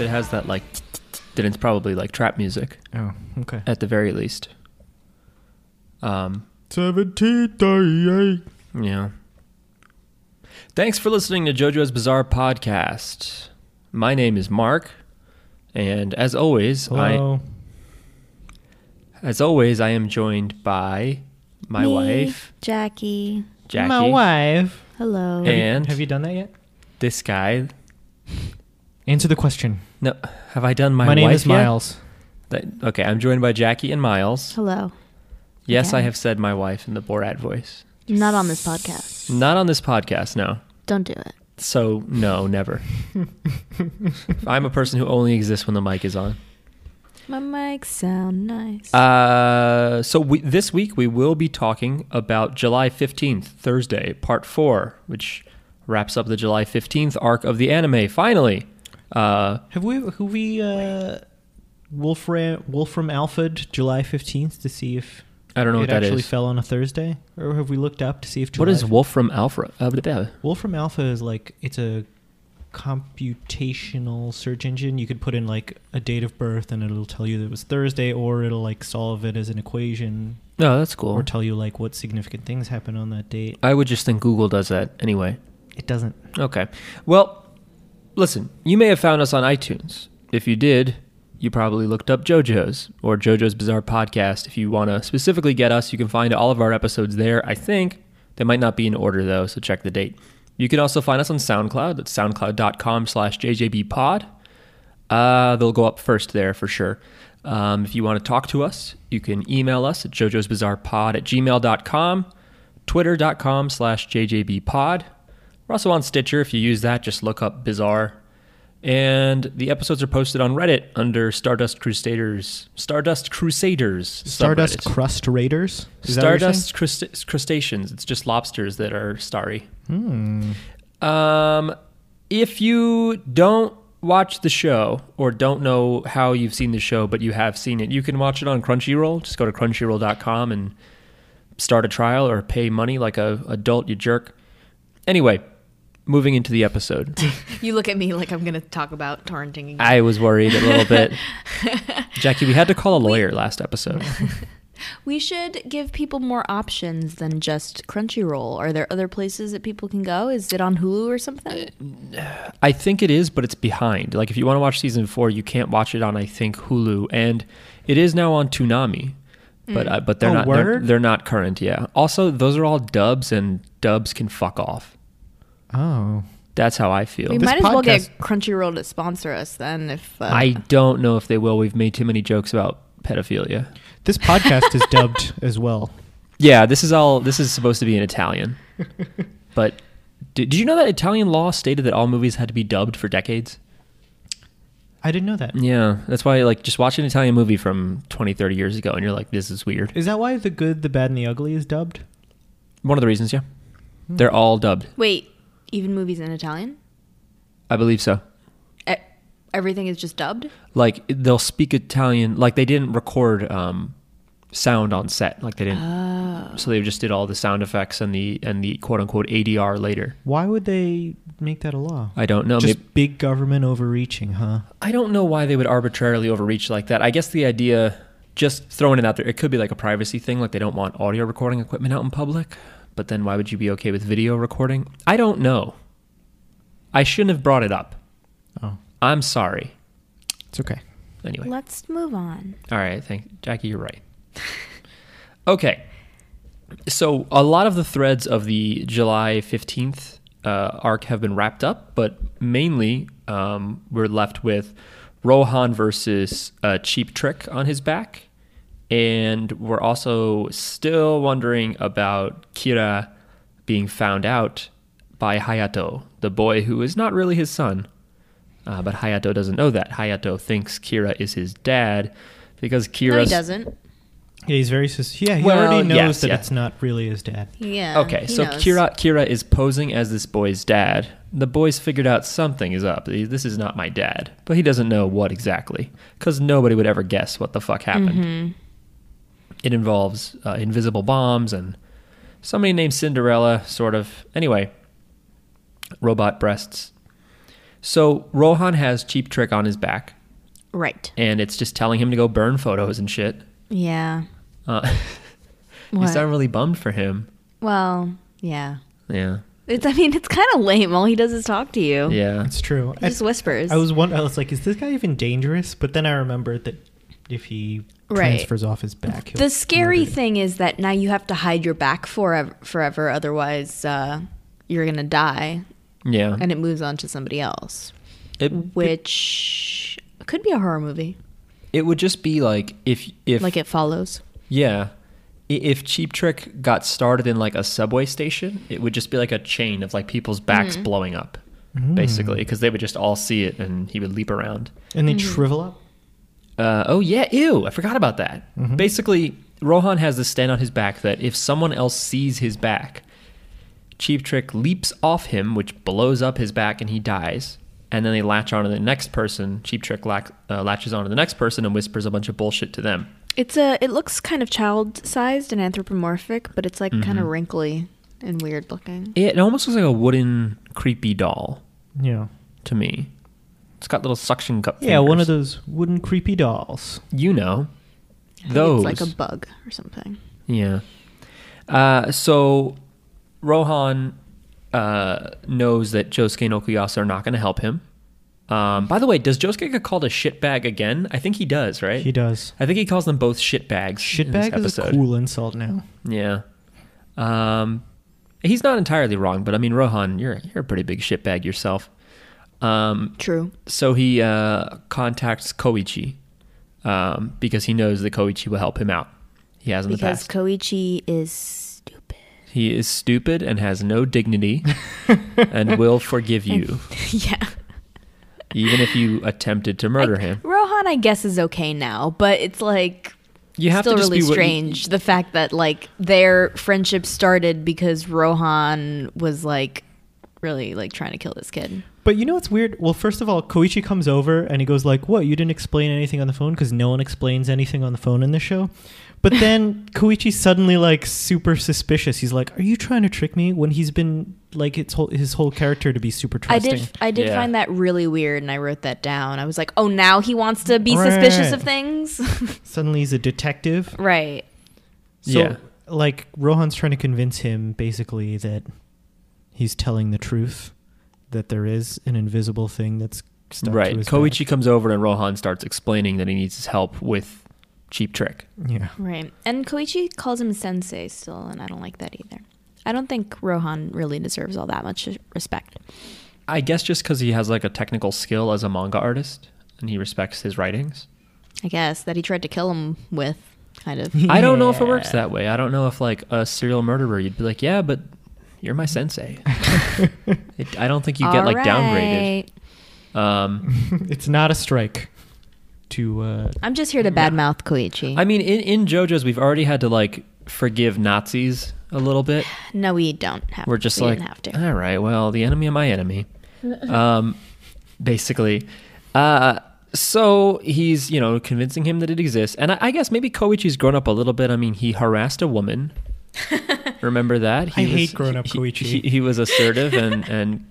it has that like, then it's probably like trap music Oh, okay. at the very least. Um, 1738. yeah. Thanks for listening to JoJo's Bizarre Podcast. My name is Mark, and as always, I Hello. as always I am joined by my Me, wife Jackie. Jackie My wife. Hello. Hey. And- have you done that yet? this guy. Answer the question. No, have I done my? My, name wife is yet? Miles. Oh, That- okay, I'm joined by Jackie and Miles. Hello. Yes, Okay. I have said my wife in the Borat voice. Not on this podcast. Not on this podcast, no. Don't do it. So no, never. I'm a person who only exists when the mic is on. My mics sound nice. Uh, so we, this week we will be talking about July 15th, Thursday, part four, which wraps up the July 15th arc of the anime. Finally, uh, Have we have we uh Wolfram Wolfram Alfred July 15th to see if I don't know it what that actually is. fell on a Thursday or have we looked up to see if July What is Wolf from Alpha? Uh, blah, blah. Wolfram Alpha is like it's a computational search engine. You could put in like a date of birth and it'll tell you that it was Thursday or it'll like solve it as an equation No, that's cool. or tell you like what significant things happened on that date. I would just think Google does that anyway. It doesn't. Okay. Well, listen, you may have found us on iTunes. If you did, you probably looked up JoJo's or JoJo's Bizarre Podcast. If you want to specifically get us, you can find all of our episodes there, I think. They might not be in order, though, so check the date. You can also find us on SoundCloud. That's soundcloud.com slash jjbpod. Uh, they'll go up first there for sure. Um, if you want to talk to us, you can email us at jojo's bizarre pod at gmail.com, twitter.com slash jjbpod. We're also on Stitcher. If you use that, just look up bizarre. And the episodes are posted on Reddit under Stardust Crusaders. Stardust Crusaders. Stardust subreddit. Crust Raiders. Is that what you're Stardust crust- crustaceans. It's just lobsters that are starry. saying? Hmm. Um, if you don't watch the show or don't know how you've seen the show, but you have seen it, you can watch it on Crunchyroll. Just go to crunchyroll.com and start a trial or pay money like a adult, you jerk. Anyway, moving into the episode. You look at me like I'm going to talk about torrenting again. I was worried a little bit. Jackie, we had to call a lawyer last episode. we should give people more options than just Crunchyroll. Are there other places that people can go? Is it on Hulu or something? Uh, I think it is, but it's behind. Like if you want to watch season four, you can't watch it on I think Hulu, and it is now on Toonami, but uh, but they're Oh, not they're, word? they're not current. Yeah. Also, those are all dubs, and dubs can fuck off. Oh. That's how I feel. we uh, This might as well get podcast- Crunchyroll to sponsor us then. If uh, I don't know if they will. We've made too many jokes about pedophilia. This podcast is dubbed as well. Yeah, this is all. This is supposed to be in Italian, but did, did you know that Italian law stated that all movies had to be dubbed for decades? I didn't know that. Is Yeah, that's why like just watch an Italian movie from 20, 30 years ago, and you're like, this is weird. that why The Good, the Bad, and the Ugly is dubbed? One of the reasons, yeah. They're all dubbed. wait, even movies in Italian, I believe so. E- everything is just dubbed. Like they'll speak Italian. Like they didn't record um, sound on set. Like they didn't. So they just did all the sound effects and the and the quote unquote ADR later. Why would they make that a law? I don't know. Just Maybe, big government overreaching, huh? I don't know why they would arbitrarily overreach like that. I guess the idea, just throwing it out there, it could be like a privacy thing. Like they don't want audio recording equipment out in public. But then why would you be okay with video recording? I don't know. I shouldn't have brought it up. Oh, I'm sorry. it's okay. Anyway. Let's move on. All right, thank Jackie. You're right. okay, so a lot of the threads of the July fifteenth uh, arc have been wrapped up, but mainly um, we're left with Rohan versus uh, Cheap Trick on his back, and we're also still wondering about Kira being found out by Hayato, the boy who is not really his son. Uh, but Hayato doesn't know that. Hayato thinks Kira is his dad because Kira. No, he doesn't. Yeah, he's very sus- yeah. He Well, already knows yes, that yeah. it's not really his dad. Yeah. Okay, he so knows. Kira Kira is posing as this boy's dad. The boy's figured out something is up. This is not my dad, but he doesn't know what exactly because nobody would ever guess what the fuck happened. Mm-hmm. It involves uh, invisible bombs and somebody named Cinderella, sort of. Anyway, robot breasts. So Rohan has Cheap Trick on his back, Right. and it's just telling him to go burn photos and shit. Yeah. Uh, you What? sound really bummed for him. Well, yeah. Yeah, It's. I mean, it's kind of lame. All he does is talk to you. yeah. It's true. He just whispers. I was wondering. I was like, is this guy even dangerous? But then I remembered that if he Right. transfers off his back, he'll the scary murder you. thing is that now you have to hide your back forever. Forever, otherwise, uh, you're gonna die, Yeah. and it moves on to somebody else, It, it which could be a horror movie, it would just be like if if like it follows. yeah. I- If Cheap Trick got started in like a subway station, it would just be like a chain of like people's backs blowing up, basically, because they would just all see it and he would leap around. and they Mm-hmm. shrivel up. Uh, oh yeah, ew! I forgot about that. Basically, Rohan has this stand on his back that if someone else sees his back, Cheap Trick leaps off him, which blows up his back, and he dies. And then they latch onto the next person. Cheap Trick lac- uh, latches onto the next person and whispers a bunch of bullshit to them. It's a. It looks kind of child-sized and anthropomorphic, but it's like kind Mm-hmm. of wrinkly and weird looking. It almost looks like a wooden, creepy doll Yeah. to me. It's got little suction cup. Yeah, one fingers. of those wooden creepy dolls. You know, I think those. It's like a bug or something. Yeah. Uh, so Rohan uh, knows that Josuke and Okuyasa are not going to help him. Um, by the way, does Josuke get called a shitbag again? I think he does, right? He does. I think he calls them both shitbags. in this Shitbag is a episode. cool insult now. Yeah. Um, he's not entirely wrong, but I mean, Rohan, you're you're a pretty big shitbag yourself. Um, True. so he uh, contacts Koichi um, because he knows that Koichi will help him out. He has in the Because past. Koichi is stupid. He is stupid and has no dignity and will forgive you, yeah. even if you attempted to murder I- him. Rohan, I guess, is okay now, but it's like You have still to just really be wi- strange the fact that like their friendship started because Rohan was like really like trying to kill this kid. But you know what's weird? Well, first of all, Koichi comes over and he goes like, "What? You didn't explain anything on the phone because no one explains anything on the phone in this show." But then Koichi's suddenly like super suspicious. He's like, "Are you trying to trick me?" When he's been like its whole his whole character to be super I trusting. did I did Yeah. find that really weird, and I wrote that down. I was like, oh, now he wants to be Right. suspicious of things, Suddenly he's a detective. right? So Yeah. like Rohan's trying to convince him basically that he's telling the truth, that there is an invisible thing that's stuck Right. To his Koichi comes over and Rohan starts explaining that he needs his help with Cheap Trick. back. Yeah. Right. And Koichi calls him sensei still, and I don't like that either. I don't think Rohan really deserves all that much respect. I guess just because he has like a technical skill as a manga artist and he respects his writings. I guess that he tried to kill him with, kind of. I don't know if it works Yeah. that way. I don't know if like a serial murderer, you'd be like, yeah, but you're my sensei. it, I don't think you get like downgraded. Alright. Um, it's not a strike to uh I'm just here to badmouth Koichi. I mean, in, in JoJo's, we've already had to like forgive Nazis a little bit. no, we don't have. We're just we like, didn't have to. all right, well, the enemy of my enemy, um, basically. Uh, so he's, you know, convincing him that it exists, and I, I guess maybe Koichi's grown up a little bit. I mean, he harassed a woman. Remember that? I hate grown-up he- Koichi. He, he was assertive and and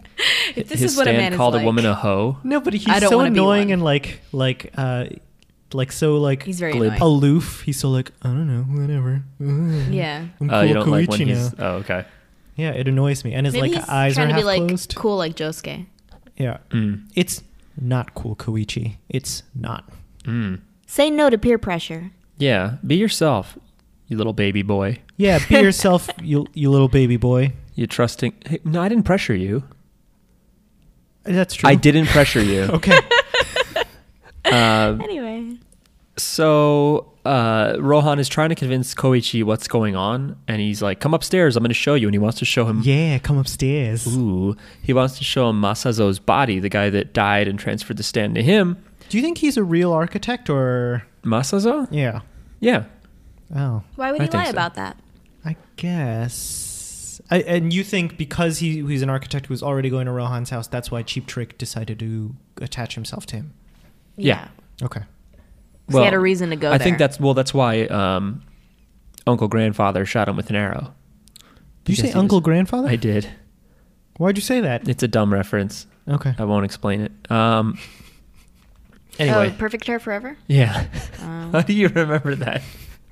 this his is what a stand man is called a like. woman a hoe. No, but he's I don't so wanna be annoying one. and like like uh like so like He's very Glib. annoying. aloof. He's so like, I don't know, whatever. Ugh. Yeah. I'm Oh, you cool don't like when Koichi he's. now. Oh, okay. Yeah, it annoys me. And his Maybe like he's eyes are trying to half be like closed. cool, like Josuke. Yeah. Mm. It's not cool, Koichi. It's not. Mm. Say no to peer pressure. Yeah, be yourself, you little baby boy. Yeah, be yourself, you you little baby boy. You trusting? Hey, no, I didn't pressure you. That's true. I didn't pressure you. Okay. uh, Anyway, so uh, Rohan is trying to convince Koichi what's going on, and he's like, "Come upstairs. I'm going to show you." And he wants to show him. yeah, come upstairs. Ooh, he wants to show him Masazo's body, the guy that died and transferred the stand to him. Do you think he's a real architect or Masazo? yeah? Yeah. Oh, why would I he think lie so. about that? I guess. I, and you think because he he's an architect who's already going to Rohan's house, that's why Cheap Trick decided to attach himself to him. Yeah. 'Cause Okay. he had a reason to go I think there. that's well. That's why um, Uncle Grandfather shot him with an arrow. Did you Because say he uncle was- grandfather? I did. Why'd you say that? It's a dumb reference. Okay. I won't explain it. Um, Anyway. Oh, Perfect Hair Forever? yeah. Oh. How do you remember that?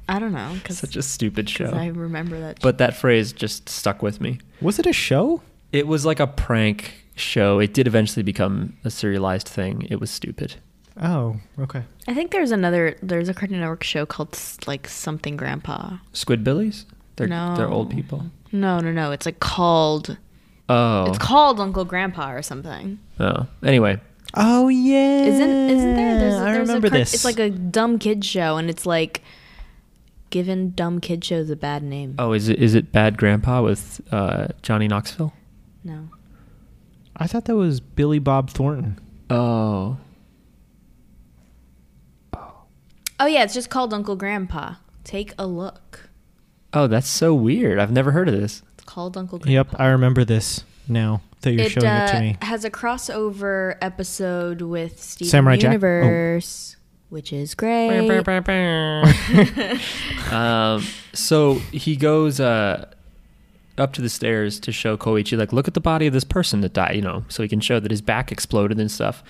I don't know. Cause, Such a stupid 'cause show. I remember that. But that phrase just stuck with me. Was it a show? It was like a prank show. It did eventually become a serialized thing. It was stupid. Oh, okay. I think there's another, there's a Cartoon Network show called s- like Something Grandpa. Squidbillies? They're they're old No. people. No, no, no. It's like called, Oh. it's called Uncle Grandpa or something. oh. Anyway, Oh yeah. Isn't isn't there? There's, Mm, I there's remember a, cart- this. It's like a dumb kid show, and it's like given dumb kid shows a bad name. oh is it is it Bad Grandpa with uh, Johnny Knoxville? No, I thought that was Billy Bob Thornton. Oh. oh yeah, it's just called Uncle Grandpa. Take a look. Oh, that's so weird. I've never heard of this. It's called Uncle Yep, Grandpa. I remember this now that you're it showing it to uh, me. has a crossover episode with Steven Samurai Jack? Oh. Universe, which is great. Um, so he goes uh, up to the stairs to show Koichi, like, look at the body of this person that died, you know, so he can show that his back exploded and stuff.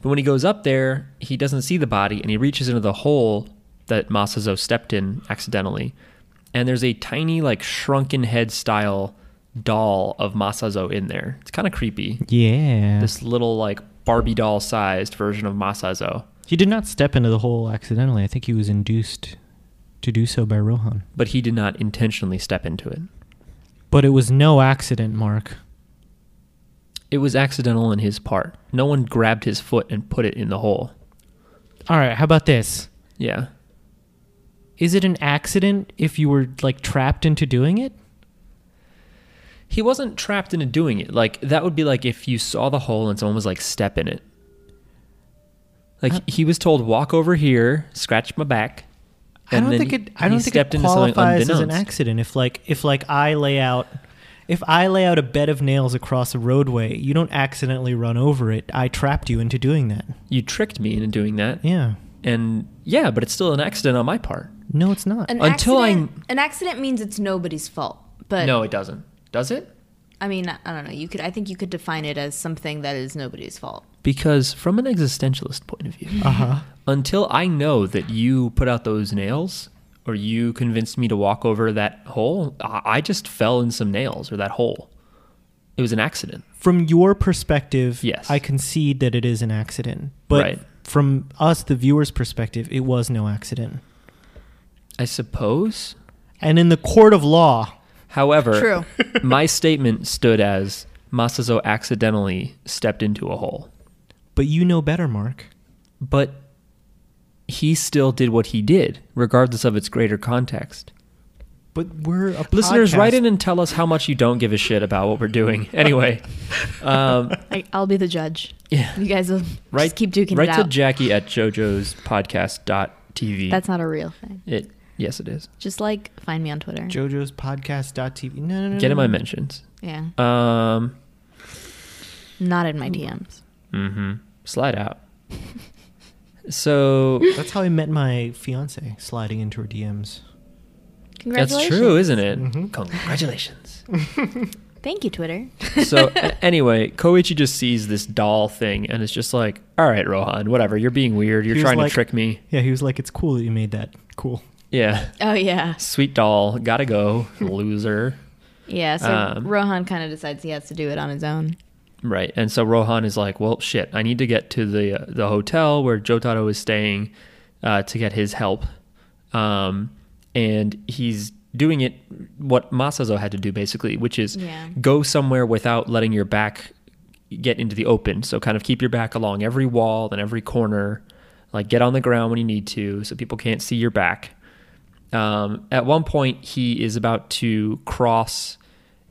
But when he goes up there, he doesn't see the body and he reaches into the hole that Masazo stepped in accidentally. And there's a tiny, like, shrunken head style doll of Masazo in there. It's kind of creepy. Yeah. This little, like, Barbie doll sized version of Masazo. he did not step into the hole accidentally. I think he was induced to do so by Rohan. But he did not intentionally step into it. But it was no accident, Mark. It was accidental on his part. No one grabbed his foot and put it in the hole. All right, how about this? Yeah. Is it an accident if you were like trapped into doing it? He wasn't trapped into doing it. Like that would be like if you saw the hole and someone was like step in it. Like Uh, he was told walk over here, scratch my back. I and don't then think he- it. I he don't think it stepped into something qualifies as an unbeknownst. accident. If like if like I lay out, if I lay out a bed of nails across a roadway, you don't accidentally run over it. I trapped you into doing that. You tricked me into doing that. Yeah. And yeah, but it's still an accident on my part. No, it's not. An Until I- accident, an accident means it's nobody's fault. But no, it doesn't. Does it? I mean, I don't know. You could, I think you could define it as something that is nobody's fault. Because from an existentialist point of view, uh-huh. until I know that you put out those nails or you convinced me to walk over that hole, I I just fell in some nails or that hole. It was an accident. From your perspective, Yes. I concede that it is an accident. But Right. from us, the viewer's perspective, it was no accident. I suppose. And in the court of law, However, True. my statement stood as Masazo accidentally stepped into a hole. but you know better, Mark. But he still did what he did, regardless of its greater context. But we're a Listeners, podcast. write in and tell us how much you don't give a shit about what we're doing. Anyway, um, I, I'll be the judge. yeah. You guys will Right, just keep duking right it to out. Jackie at JoJo's podcast.tv. That's not a real thing. it. Yes, it is. Just like find me on Twitter. JoJo's podcast.tv. No, no, no. Get no, in my Mm. no. mentions. yeah, Um, not in my DMs. hmm Slide out. so That's how I met my fiance, sliding into her DMs. that's Congratulations. true, isn't it? Mhm. Congratulations. Thank you, Twitter. so a- anyway, Koichi just sees this doll thing and it's just like, all right, Rohan, whatever. You're being weird. You're He was trying like- to trick me. Yeah, he was like, "It's cool that you made that. Cool." Yeah. Oh yeah, Sweet doll. Gotta go. Loser. yeah. So Um, Rohan kind of decides he has to do it on his own. Right. And so Rohan is like, "Well, shit. I need to get to the the hotel where Jotaro is staying uh, to get his help." Um, and he's doing it what Masazo had to do basically, which is Yeah. go somewhere without letting your back get into the open. So kind of keep your back along every wall and every corner. Like get on the ground when you need to so people can't see your back. Um, at one point, he is about to cross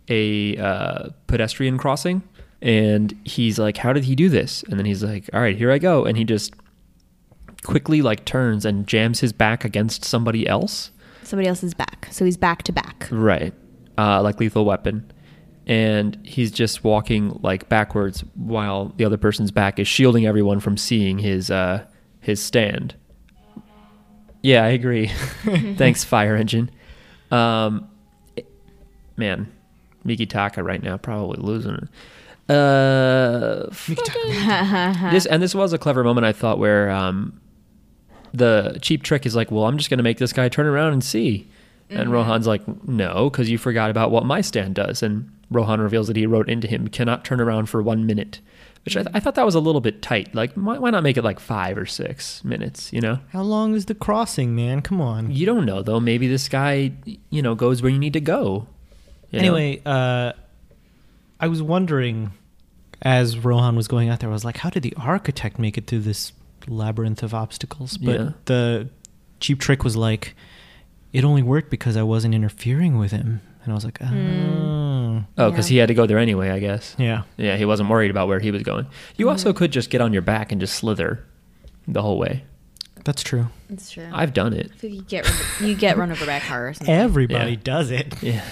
a uh, pedestrian crossing, and he's like, "How did he do this?" And then he's like, "All right, here I go," and he just quickly like turns and jams his back against somebody else, Somebody else is back, so he's back to back. right? Uh, like lethal weapon, and he's just walking like backwards while the other person's back is shielding everyone from seeing his uh, his stand. Yeah, I agree. Thanks, Fire Engine. Um, man, Miki Taka right now probably losing it. Uh, We can talk about- this and this was a clever moment I thought where um, the cheap trick is like, well, I'm just going to make this guy turn around and see, Mm-hmm. and Rohan's like, no, because you forgot about what my stand does, and Rohan reveals that he wrote into him cannot turn around for one minute, which I, th- I thought that was a little bit tight. Like, why, why not make it like five or six minutes? You know, How long is the crossing, man? Come on. you don't know though. Maybe this guy, you know, goes where you need to go. you know? Anyway, uh, I was wondering as Rohan was going out there, I was like, how did the architect make it through this labyrinth of obstacles? But Yeah. the cheap trick was like, it only worked because I wasn't interfering with him. And I was like, oh. Hmm. oh, because Yeah. he had to go there anyway, I guess. Yeah. Mm-hmm. Yeah, he wasn't worried about where he was going. You also could just get on your back and just slither the whole way. That's true. That's true. I've done it. if you get run, you get run over by a car or something. Everybody Yeah. does it. Yeah.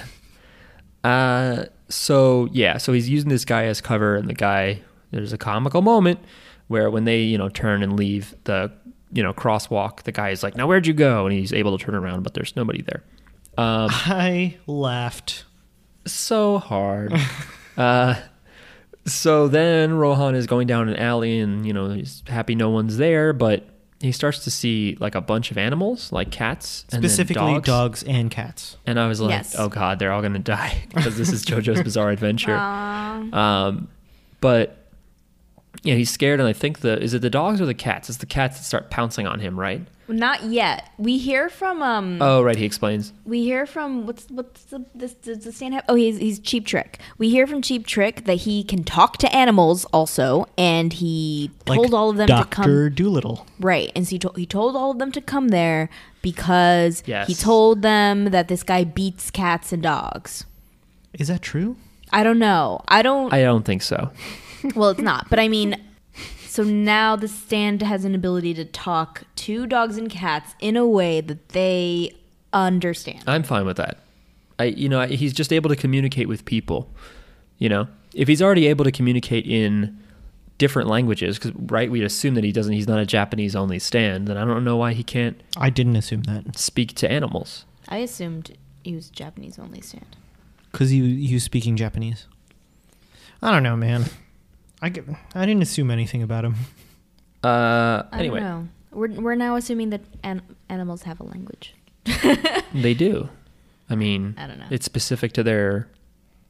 Uh, so yeah, so he's using this guy as cover, and the guy there's a comical moment where when they you know turn and leave the you know crosswalk, the guy is like, "Now where'd you go?" and he's able to turn around, but there's nobody there. Um, I laughed. so hard. uh, so then Rohan is going down an alley and, you know, he's happy no one's there, but he starts to see like a bunch of animals, like cats and then Specifically, dogs. dogs and cats. And I was like, Yes. oh God, they're all going to die because this is JoJo's Bizarre Adventure. Um, but yeah, he's scared. And I think the, is it the dogs or the cats? It's the cats that start pouncing on him, right? Not yet. We hear from um. Oh, right. He explains. we hear from what's what's the this does the stand have? Oh, he's he's Cheap Trick. We hear from Cheap Trick that he can talk to animals also, and he Like told all of them to come Doctor Doolittle. Right, and so he, to- he told all of them to come there because Yes. he told them that this guy beats cats and dogs. Is that true? I don't know. I don't. I don't think so. well, it's not, but I mean, so now the stand has an ability to talk to dogs and cats in a way that they understand. I'm fine with that. I, you know, I, he's just able to communicate with people. You know, if he's already able to communicate in different languages, because right, we'd assume that he doesn't. He's not a Japanese only stand. Then I don't know why he can't I didn't assume that speak to animals. I assumed he was Japanese only stand. because you you speaking Japanese. I don't know, man. I get, I didn't assume anything about him. Uh, I don't anyway, know. We're we're now assuming that an- animals have a language. they do. I mean, I don't know. It's specific to their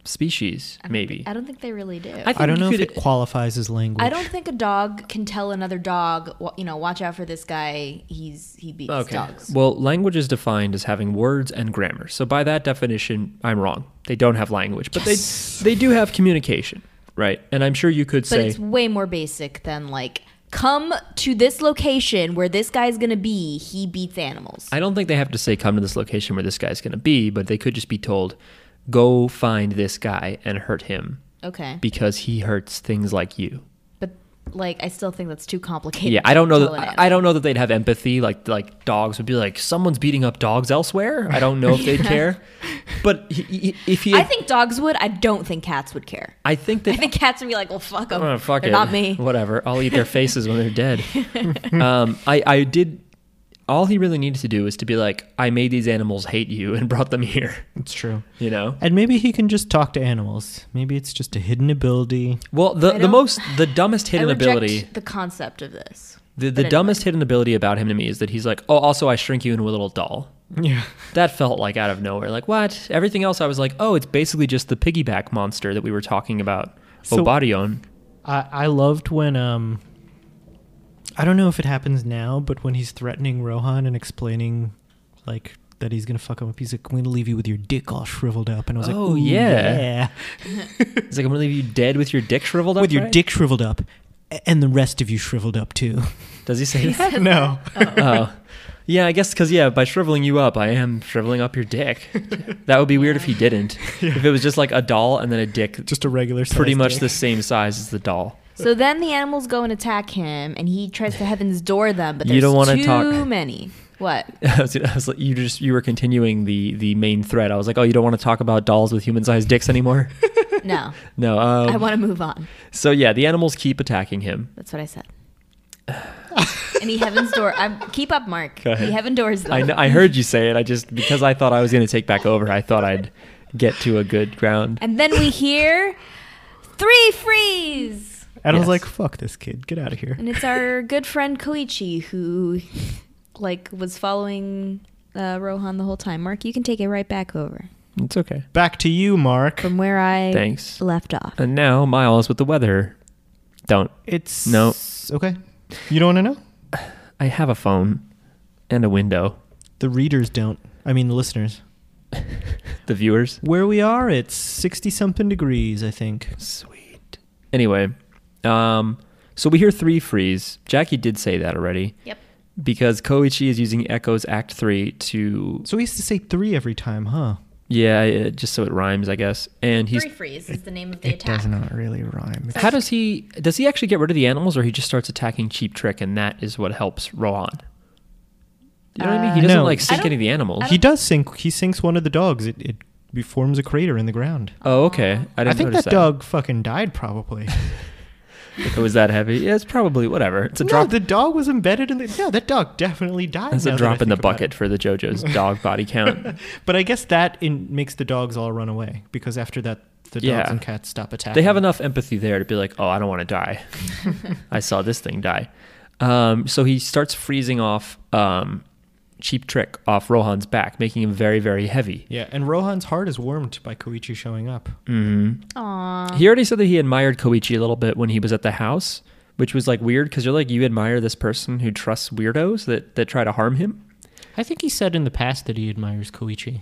species, I don't maybe. thi- I don't think they really do. I I you don't know if could- it qualifies as language. I don't think a dog can tell another dog, wa- you know, watch out for this guy. He's he beats dogs. Well, language is defined as having words and grammar. So by that definition, I'm wrong. They don't have language, but they they do have communication, right? And I'm sure you could But say it's way more basic than like come to this location where this guy's gonna be. He beats animals. I don't think they have to say come to this location where this guy's going to be, but they could just be told go find this guy and hurt him okay, because he hurts things like you. but like I still think that's too complicated. Yeah, I don't know that to tell an I- animal. I don't know that they'd have empathy like like dogs would be like someone's beating up dogs elsewhere. I don't know if they'd care. But he, he- if he I think dogs would. I don't think cats would care. I think that I think cats would be like, well, fuck them. Oh, fuck They're it. not me. Whatever. I'll eat their faces when they're dead. Um, I, I did. All he really needed to do was to be like, I made these animals hate you and brought them here. It's true. You know. And maybe he can just talk to animals. Maybe it's just a hidden ability. Well, the the don't- most the dumbest I hidden reject ability. the concept of this. The, but the anyway. dumbest hidden ability about him to me is that he's like, oh, also I shrink you into a little doll. Yeah. That felt like out of nowhere. Like what? Everything else, I was like, oh, it's basically just the piggyback monster that we were talking about. So- Obadion. I I loved when um. I don't know if it happens now, but when he's threatening Rohan and explaining, like that he's gonna fuck him up, he's like, "I'm gonna leave you with your dick all shriveled up," and I was like, Oh, "Ooh, yeah." yeah. He's like, I'm gonna leave you dead with your dick shriveled up. with your right?" dick shriveled up a- and the rest of you shriveled up too. Does he say that? no. oh. Yeah, I guess because, yeah, by shriveling you up, I am shriveling up your dick. That would be weird if he didn't. If it was just like a doll and then a dick, Just a regular pretty sized much dick. the same size as the doll. So then the animals go and attack him, and he tries to heaven's door them, but You there's don't wanna too talk- many. What? I was, I was like, you just you were continuing the the main thread. I was like, oh, you don't want to talk about dolls with human sized dicks anymore. No, no. Um, I want to move on. so yeah, the animals keep attacking him. That's what I said. and he heaven's door. I'm, keep up, Mark. Go ahead. He heaven doors them. I, kn- I heard you say it. I just because I thought I was going to take back over. I thought I'd get to a good ground. And then we hear Three freeze! And I Yes. was like, fuck this kid, get out of here. And it's our good friend Koichi who, like, was following uh, Rohan the whole time. Mark, you can take it right back over It's okay. Back to you, Mark. from where I Thanks. left off. And now Miles with the weather. Don't. It's No. Okay. You don't want to know? I have a phone and a window. The readers don't. I mean, the listeners. The viewers. Where we are, it's 60 something degrees, I think. Sweet. Anyway, um, so we hear three freeze. Jackie did say that already. Yep. Because Koichi is using Echo's Act Three to So we used to say three every time, huh? yeah, uh, just so it rhymes, I guess. And he's Three freeze is the name of the it attack. does not really rhyme. how does he does he actually get rid of the animals, or he just starts attacking Cheap Trick, and that is what helps Rohan. You know what I mean? He Uh, doesn't no. like I sink don't- any of the animals. He does sink. He sinks one of the dogs. It, it be- forms a crater in the ground. Oh, okay. I I, didn't think notice that, dog fucking died, probably. If it was that heavy, yeah, it's probably whatever. It's a no, drop. the dog was embedded in the. No, that dog definitely died. That's a now that drop I in the think about bucket it. for the JoJo's dog body count. But I guess that in, makes the dogs all run away because after that, the dogs Yeah. and cats stop attacking. they have enough empathy there to be like, oh, I don't want to die. I saw this thing die. Um, so he starts freezing off um, Cheap Trick off Rohan's back, making him very, very heavy. Yeah, and Rohan's heart is warmed by Koichi showing up. Aww. He already said that he admired Koichi a little bit when he was at the house, which was like weird because you're like, you admire this person who trusts weirdos that, that try to harm him, I think he said in the past that he admires Koichi.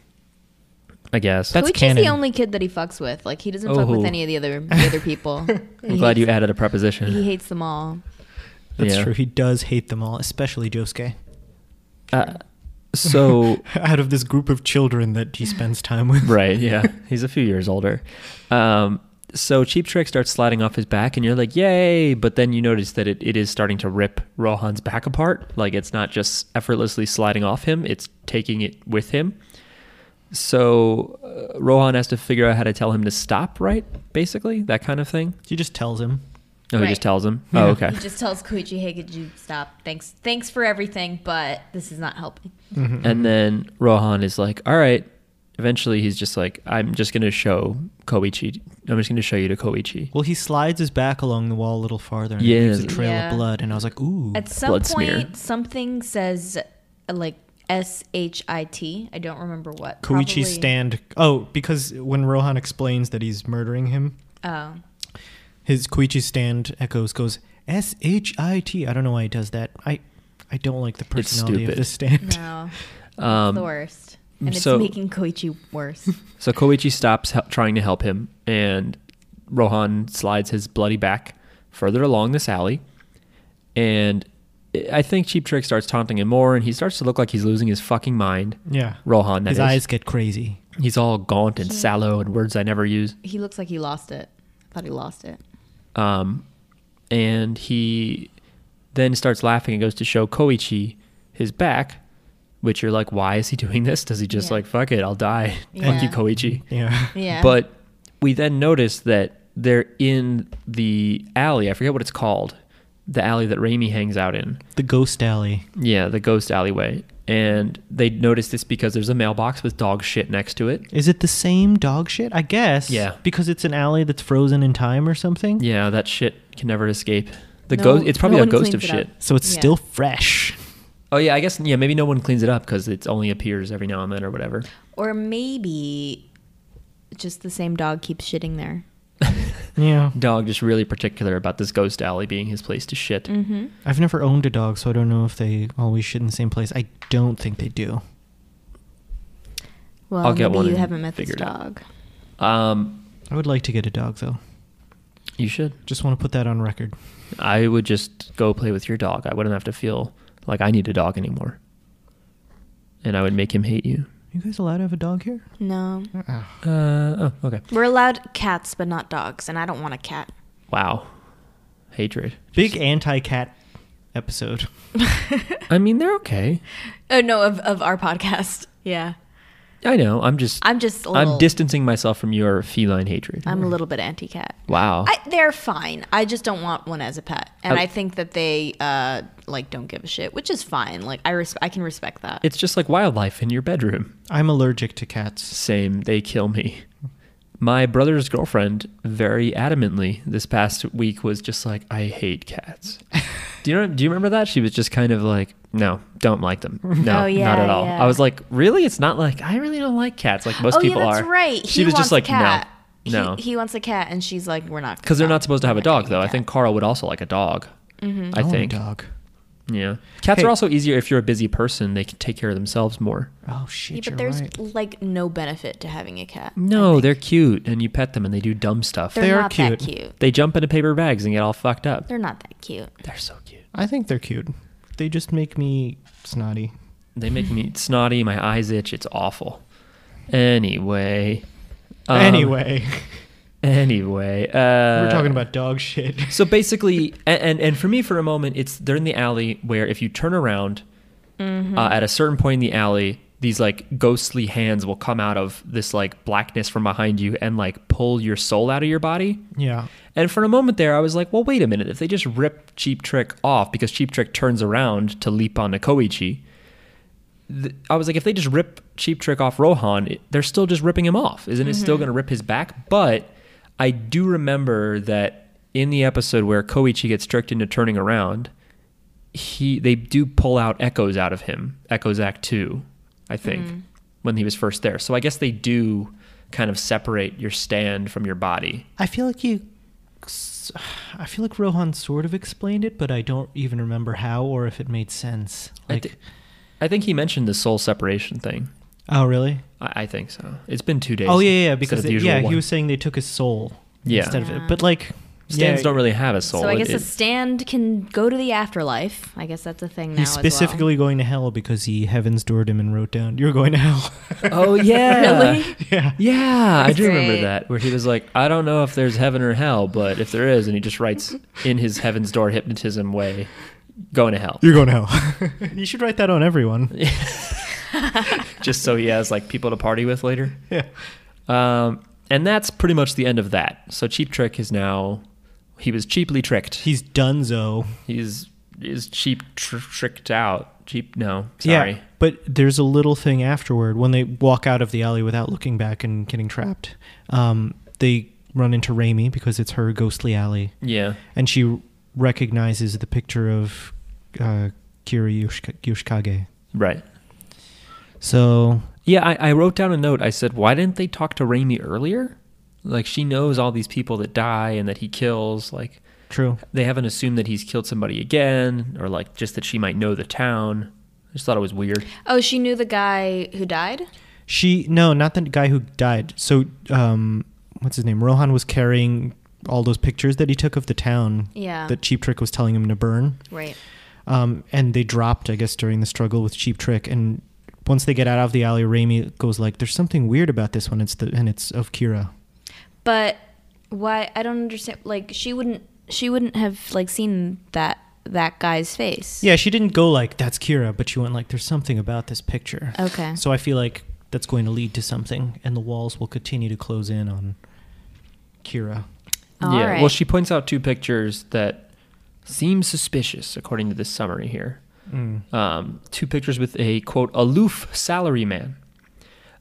I guess. That's Koichi's canon. the only kid that he fucks with. Like he doesn't fuck Oh. with any of the other the other people. I'm glad you added a preposition. He hates them all. That's Yeah. true. He does hate them all, especially Josuke. Uh, so Out of this group of children that he spends time with. right yeah he's a few years older um, so cheap trick starts sliding off his back and you're like yay but then you notice that it, it is starting to rip rohan's back apart like it's not just effortlessly sliding off him it's taking it with him so uh, rohan has to figure out how to tell him to stop right basically that kind of thing He just tells him. no he Right. just tells him oh Yeah. okay He just tells Koichi, "Hey, could you stop? Thanks, thanks for everything, but this is not helping." Mm-hmm. And then Rohan is like, all right. Eventually, he's just like, I'm just going to show Koichi. I'm just going to show you to Koichi. Well, he slides his back along the wall a little farther and Yeah. leaves a trail Yeah. of blood. And I was like, ooh. At some Blood point, smear. something says uh, like S H I T. I don't remember what. Koichi Probably- stand. Oh, because when Rohan explains that he's murdering him, Oh, his Koichi stand echoes, goes S H I T. I don't know why he does that. I, I don't like the It's personality of stupid. this stand. no, it's Um, the worst, and it's so- making Koichi worse. So Koichi stops hel- trying to help him, and Rohan slides his bloody back further along this alley. And I think Cheap Trick starts taunting him more, and he starts to look like he's losing his fucking mind. Yeah. Rohan, that His is. eyes get crazy. He's all gaunt and sallow and words I never use. he looks like he lost it. I thought he lost it. Um, and he then starts laughing and goes to show Koichi his back, which you're like, why is he doing this? Does he just Yeah. like, fuck it, I'll die. Yeah. Fuck you, Koichi. Yeah. Yeah, But we then notice that they're in the alley. I forget what it's called. The alley that Raimi hangs out in. The ghost alley. Yeah, the ghost alleyway. And they notice this because there's a mailbox with dog shit next to it. Is it the same dog shit? I guess. Yeah. Because it's an alley that's frozen in time or something. Yeah, that shit can never escape. The No- ghost it's probably no a one ghost of cleans it shit. up. So it's Yeah. still fresh. Oh yeah, I guess yeah, maybe no one cleans it up cuz it only appears every now and then or whatever. or maybe just the same dog keeps shitting there. Yeah. Dog just really particular about this ghost alley being his place to shit. Mm. I've never owned a dog, so I don't know if they always shit in the same place. I don't think they do. Well, I'll get maybe one you and haven't met this figure it out. dog. Um I would like to get a dog, though. you should Just want to put that on record. I would just go play with your dog. I wouldn't have to feel like I need a dog anymore. And I would make him hate you. You guys allowed to have a dog here? No, Uh, oh, okay. We're allowed cats, but not dogs, and I don't want a cat. Wow. Hatred. Big anti cat episode. I mean, they're okay. Oh, no, of, of our podcast. Yeah. I know. I'm just. I'm just a I'm little, distancing myself from your feline hatred. I'm a little bit anti cat. wow. I, they're fine. I just don't want one as a pet, and Oh. I- I think that they uh, like don't give a shit, which is fine. Like I res- I can respect that. it's just like wildlife in your bedroom. I'm allergic to cats. Same. They kill me. my brother's girlfriend very adamantly this past week was just like, I hate cats. do you know, do you remember that? She was just kind of like, no, don't like them. No, Oh, yeah, not at all. yeah. I was like, really? It's not like I really don't like cats. Like most oh people yeah, that's are. right. She He was wants just like, a cat. no, He- no. He, wants a cat, and she's like, we're not. Because they're no, not supposed to have we're a dog, getting though. I cat. think Carl would also like a dog. Mm-hmm. I want a think. Oh, dog. Yeah. Cats Hey. are also easier if you're a busy person. They can take care of themselves more. Oh Yeah, shit, but you're there's right. like no benefit to having a cat. No, they're cute, and you pet them, and they do dumb stuff. They're They are not that cute. cute. jump into paper bags and get all fucked up. They're not that cute. They're so cute. I think they're cute. They just make me snotty. They make me snotty. My eyes itch. It's awful. Anyway. um, anyway, Anyway. Uh, we're talking about dog shit. So basically, and, and and for me, for a moment, it's they're in the alley where if you turn around, uh, at a certain point in the alley, these like ghostly hands will come out of this like blackness from behind you and like pull your soul out of your body. yeah. And for a moment there, I was like, well, wait a minute. If they just rip Cheap Trick off because Cheap Trick turns around to leap onto Koichi, th- I was like, if they just rip Cheap Trick off Rohan, it- they're still just ripping him off. Isn't it still going to rip his back? But I do remember that in the episode where Koichi gets tricked into turning around, he they do pull out echoes out of him. Echoes Act Two, I think, when he was first there. So I guess they do kind of separate your stand from your body. I feel like you. I feel like Rohan sort of explained it, but I don't even remember how or if it made sense. I Like, thi- I think he mentioned the soul separation thing. oh really? I, I think so. It's been two days. Oh yeah, yeah. yeah, instead Because of they- the usual yeah, one. he was saying they took his soul Yeah. instead of Ah. it. But like, Stands yeah, don't really have a soul. So I It- guess it- a stand can go to the afterlife. I guess that's a thing now. He's as well. specifically going to hell because he heavens doored him and wrote down, "You're going to hell." oh yeah, Really? yeah. yeah. I do remember Great. that where he was like, I don't know if there's heaven or hell, but if there is, and he just writes in his heaven's door hypnotism way, going to hell, You're going to hell. you should write that on everyone. just so he has like people to party with later. Yeah. Um, and that's pretty much the end of that. So Cheap Trick is now. He was cheaply tricked. He's Dunzo. He's is cheap tr- tricked out. Cheap? No, sorry. Yeah, but there's a little thing afterward when they walk out of the alley without looking back and getting trapped. Um, they run into Raimi because it's her ghostly alley, Yeah. and she recognizes the picture of uh, Kiri Yoshika- Yoshikage. Right. So Yeah, I, I wrote down a note. I said, why didn't they talk to Raimi earlier? Like, she knows all these people that die and that he kills. Like, true. they haven't assumed that he's killed somebody again or, like, just that she might know the town. I just thought it was weird. Oh, she knew the guy who died. She no, not the guy who died. So um, what's his name? Rohan was carrying all those pictures that he took of the town Yeah. that Cheap Trick was telling him to burn. right. um, and they dropped, I guess, during the struggle with Cheap Trick. And once they get out of the alley, Raimi goes like, "There's something weird about this one." It's the and it's of Kira. But why? I don't understand. Like she wouldn't. She wouldn't have like seen that that guy's face. Yeah, she didn't go like, "That's Kira," but she went like, "There's something about this picture." Okay. So I feel like that's going to lead to something, and the walls will continue to close in on Kira. All yeah. right. Well, she points out two pictures that seem suspicious, according to this summary here. Mm. Um, two pictures with a quote aloof salaryman.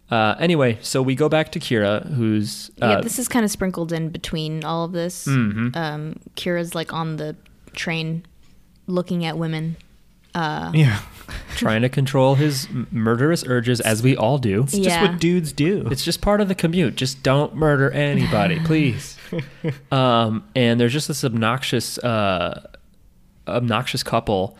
Uh, anyway, so we go back to Kira, who's uh, yeah. This is kind of sprinkled in between all of this. mhm. Um, Kira's like on the train, looking at women. Uh, yeah, trying to control his m- murderous urges, as we all do. it's just yeah. what dudes do. It's just part of the commute. Just don't murder anybody, please. um, and there's just this obnoxious, uh, obnoxious couple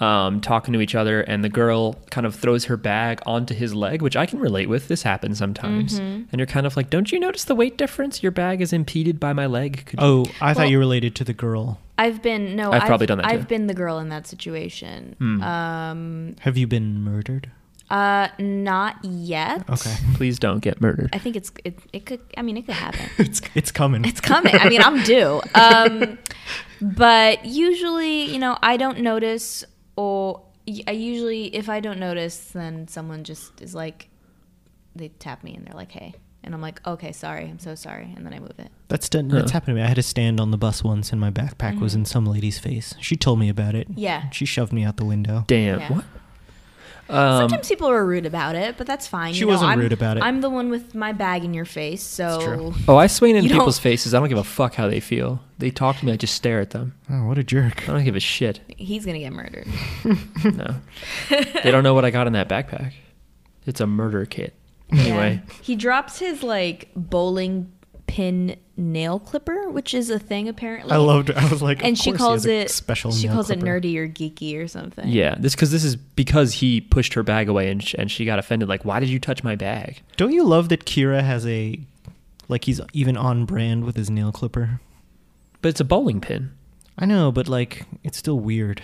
um, talking to each other, and the girl kind of throws her bag onto his leg, which I can relate with. This happens sometimes, Mm-hmm. and you're kind of like, "Don't you notice the weight difference? Your bag is impeded by my leg." Could you-" oh, I thought Well- you related to the girl. I've been no. I've probably done that too. Mm. I've been the girl in that situation. Um, Have you been murdered? uh, not yet. Okay, please don't get murdered. I think it's it, it could I mean it could happen. it's it's coming. It's coming. I mean, I'm due. Um but usually, you know, I don't notice or I usually if I don't notice then someone just is like they tap me and they're like, "Hey." And I'm like, "Okay, sorry. I'm so sorry." And then I move it. That's done. That's happened to me. I had a stand on the bus once, and my backpack was in some lady's face. She told me about it. Mm-hmm. Yeah. She shoved me out the window. Damn. Yeah. What? Um, Sometimes people are rude about it, but that's fine. She You know, wasn't I'm- rude about it. I'm the one with my bag in your face, so true. oh, I swing in You don't- people's faces. I don't give a fuck how they feel. They talk to me. I just stare at them. Oh, what a jerk. I don't give a shit. he's gonna get murdered. No, they don't know what I got in that backpack. It's a murder kit. Anyway, He drops his like bowling pin nail clipper, which is a thing apparently. I loved. I was like, and of she course he calls has a it special. She nail calls it clipper. nerdy or geeky or something. yeah, this because this is because he pushed her bag away and sh- and she got offended. Like, why did you touch my bag? Don't you love that Kira has a, like he's even on brand with his nail clipper. But it's a bowling pin. I know, but like it's still weird.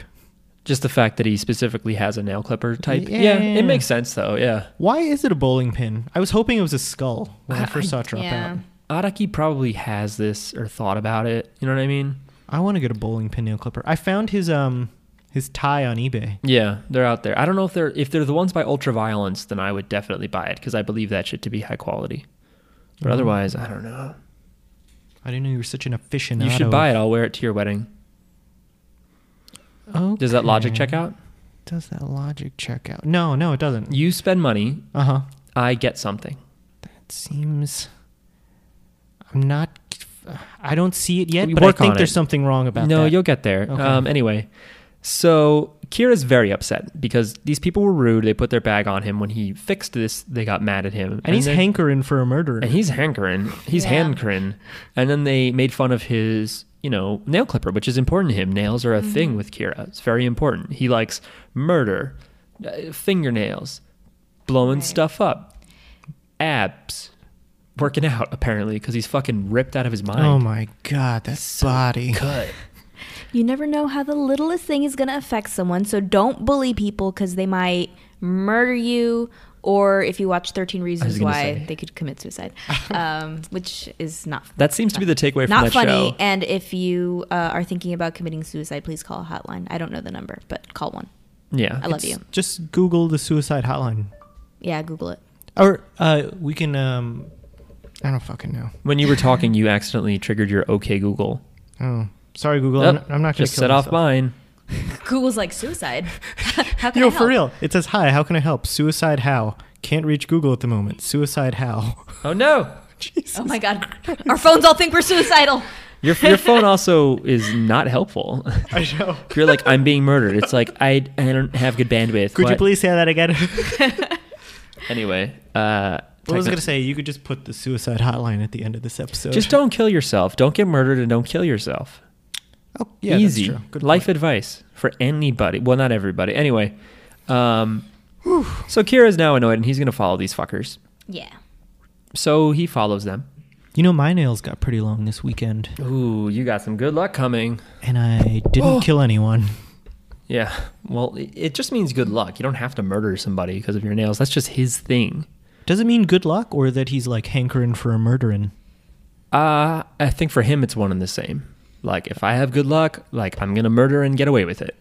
Just the fact that he specifically has a nail clipper type. Yeah. Yeah, it makes sense though. Yeah. Why is it a bowling pin? I was hoping it was a skull when I, I- first saw it drop yeah. out. Araki probably has this or thought about it. You know what I mean? I want to get a bowling pin nail clipper. I found his um his tie on eBay. Yeah, they're out there. I don't know if they're if they're the ones by Ultraviolence, then I would definitely buy it because I believe that shit to be high quality. But otherwise, I don't know. I didn't know you were such an aficionado. You should buy it. I'll wear it to your wedding. Oh, Does that logic check out? Does that logic check out? No, no, it doesn't. You spend money, Uh huh. I get something. It seems. I'm not. I don't see it yet, We but I work think on there's it. something wrong about no, that. you'll get there. Okay. Um, anyway, so Kira's very upset because these people were rude. They put their bag on him. When he fixed this, they got mad at him. and he's they- hankering for a murderer. And he's hankering. He's Yeah. hankering. And then they made fun of his, you know, nail clipper, which is important to him. Nails are a Mm-hmm. thing with Kira. It's very important. He likes murder, uh, fingernails, blowing Right. stuff up, abs, working out, apparently, because he's fucking ripped out of his mind. oh my god, that body. Good. You never know how the littlest thing is gonna affect someone, so don't bully people because they might murder you. Or if you watch Thirteen Reasons gonna Why, say. they could commit suicide, um, which is not That seems to be the takeaway from not that funny. show. And if you uh, are thinking about committing suicide, please call a hotline. I don't know the number, but call one. yeah. I love you. Just Google the suicide hotline, Yeah, Google it. or uh, we can. um I don't fucking know. When you were talking, you accidentally triggered your OK Google. Oh, sorry, Google. Yep. I'm not, I'm not gonna just kill set off myself. mine. Google's like suicide. how can Yo, I for help? real. It says hi. How can I help? Suicide how? Can't reach Google at the moment. Suicide how? Oh no. Oh my god, our phones all think we're suicidal. Your, your phone also is not helpful. I know. If you're like, I'm being murdered, it's like, I, I don't have good bandwidth. Could you What? please say that again? Anyway, uh, I was techni- gonna say you could just put the suicide hotline at the end of this episode. just don't kill yourself. Don't get murdered and don't kill yourself. Oh, yeah, that's Easy. true. Good Life point. advice for anybody. Well, not everybody. Anyway, um, so Kira's now annoyed and he's going to follow these fuckers. Yeah. So he follows them. You know, my nails got pretty long this weekend, Ooh, you got some good luck coming. and I didn't Oh. kill anyone. Yeah. Well, it, it just means good luck. You don't have to murder somebody because of your nails. That's just his thing. Does it mean good luck, or that he's like hankering for a murderin'? Uh, I think for him, it's one and the same. Like, if I have good luck, like, I'm going to murder and get away with it.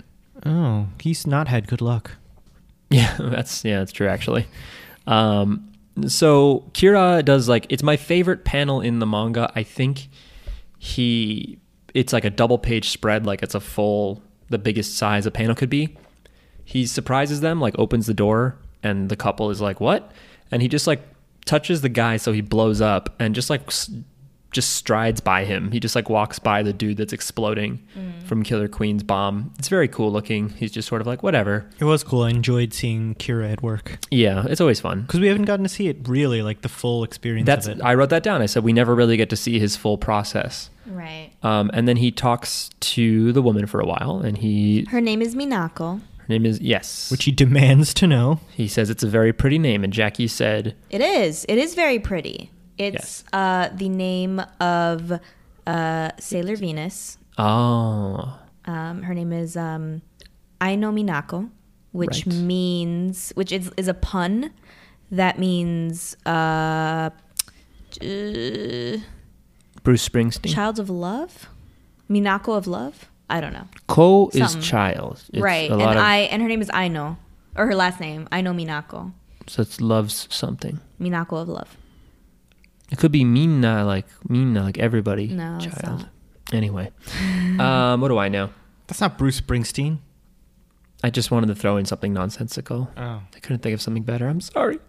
Oh, he's not had good luck. Yeah, that's yeah, that's true actually. Um, so Kira does like it's my favorite panel in the manga. I think he it's like a double page spread, like it's a full the biggest size a panel could be. He surprises them, like opens the door, and the couple is like, "What?" And he just like touches the guy, so he blows up, and just like s- just strides by him. He just like walks by the dude that's exploding from Killer Queen's bomb. It's very cool looking. He's just sort of like, "Whatever." It was cool. I enjoyed seeing Kira at work Yeah, it's always fun. because we haven't gotten to see it really, like the full experience That's of it. I wrote that down. I said we never really get to see his full process. Right. Um, and then he talks to the woman for a while, and he Her name is Minako. her name is yes, which he demands to know. he says it's a very pretty name. And Jackie said It is. It is very pretty. It's Yes. uh, the name of uh, Sailor Venus. oh Um, her name is um, Aino Minako, which Right. means, which is, is a pun that means uh, j- Bruce Springsteen. child of love? Minako of love? I don't know. Ko is Something. child, It's right. A And lot of, I and her name is Aino, or her last name, Aino Minako. so it's loves something. Minako of love. It could be Mina, like Mina, like everybody. No, it's child. not. Anyway, um, what do I know? That's not Bruce Springsteen. I just wanted to throw in something nonsensical. Oh. I couldn't think of something better. I'm sorry.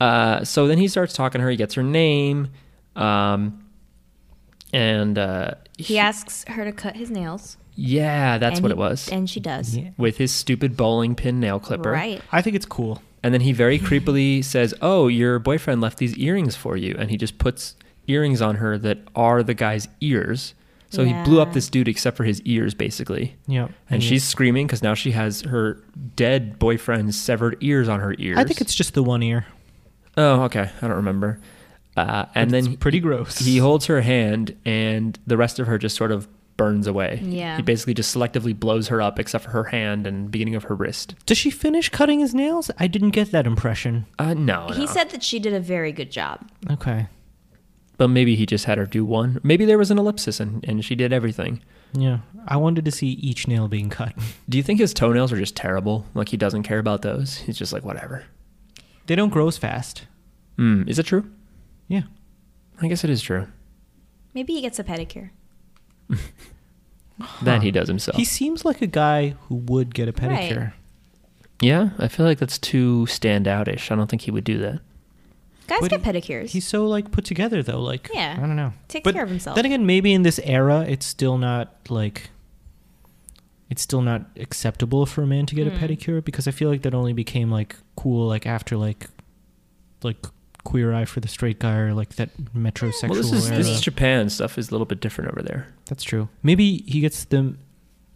Uh, so then he starts talking to her. He gets her name, um, and uh, He asks her to cut his nails. yeah, that's and what he- it was And she does. with his stupid bowling pin nail clipper. Right. I think it's cool. And then he very creepily says, "Oh, your boyfriend left these earrings for you," and he just puts earrings on her that are the guy's ears. So Yeah. he blew up this dude except for his ears, basically. Yeah. And she's screaming because now she has her dead boyfriend's severed ears on her ears. I think it's just the one ear. Oh, okay. I don't remember. Uh, and It's then he- pretty gross. he holds her hand, and the rest of her just sort of burns away. Yeah. He basically just selectively blows her up, except for her hand and beginning of her wrist. Does she finish cutting his nails? I didn't get that impression. Uh, Oh, no, no. He said that she did a very good job. Okay. but maybe he just had her do one. Maybe there was an ellipsis, and, and she did everything. Yeah. I wanted to see each nail being cut. Do you think his toenails are just terrible? Like he doesn't care about those. He's just like whatever. They don't grow as fast. Hmm. Is it true? Yeah. I guess it is true. Maybe he gets a pedicure. Then he does himself. He seems like a guy who would get a pedicure. yeah, I feel like that's too standoutish. I don't think he would do that. Guys What get do pedicures. He's so like put together though, like Yeah. I don't know. Takes But care of himself. Then again, maybe in this era, it's still not like it's still not acceptable for a man to get Hmm. a pedicure because I feel like that only became like cool like after like like queer eye for the straight guy or like that metrosexual Well, this is era. this is Japan. Stuff is a little bit different over there. That's true. Maybe he gets them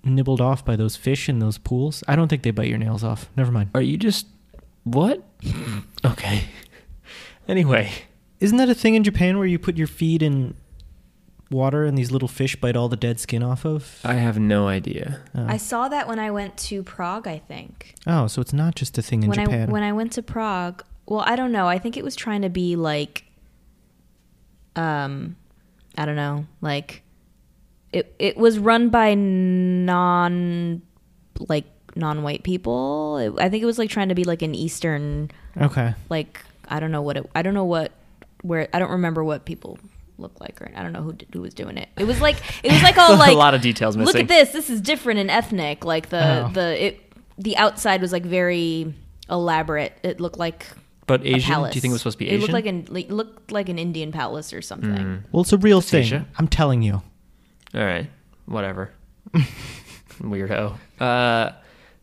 nibbled off by those fish in those pools. I don't think they bite your nails off. Never mind. Are you just what? okay. Anyway, Isn't that a thing in Japan where you put your feet in water and these little fish bite all the dead skin off of? Uh, I have no idea. Uh, I saw that when I went to Prague, I think. Oh, so it's not just a thing in when Japan. I when I went to Prague, well, I don't know. I think it was trying to be like, um, I don't know, like it it was run by non like non-white people. It, I think it was like trying to be like an Eastern okay. like I don't know what it, I don't know what where I don't remember what people look like right. I don't know who d- who was doing it. It was like it was like all a like lot of details look missing. at this this is different and ethnic like the Oh. the it the outside was like very elaborate it looked like But a Asian? palace Do you think it was supposed to be it Asian? looked like an like, looked like an indian palace or something Mm. Well, it's a real thing. Asia. I'm telling you. All right, whatever. Weirdo. Uh,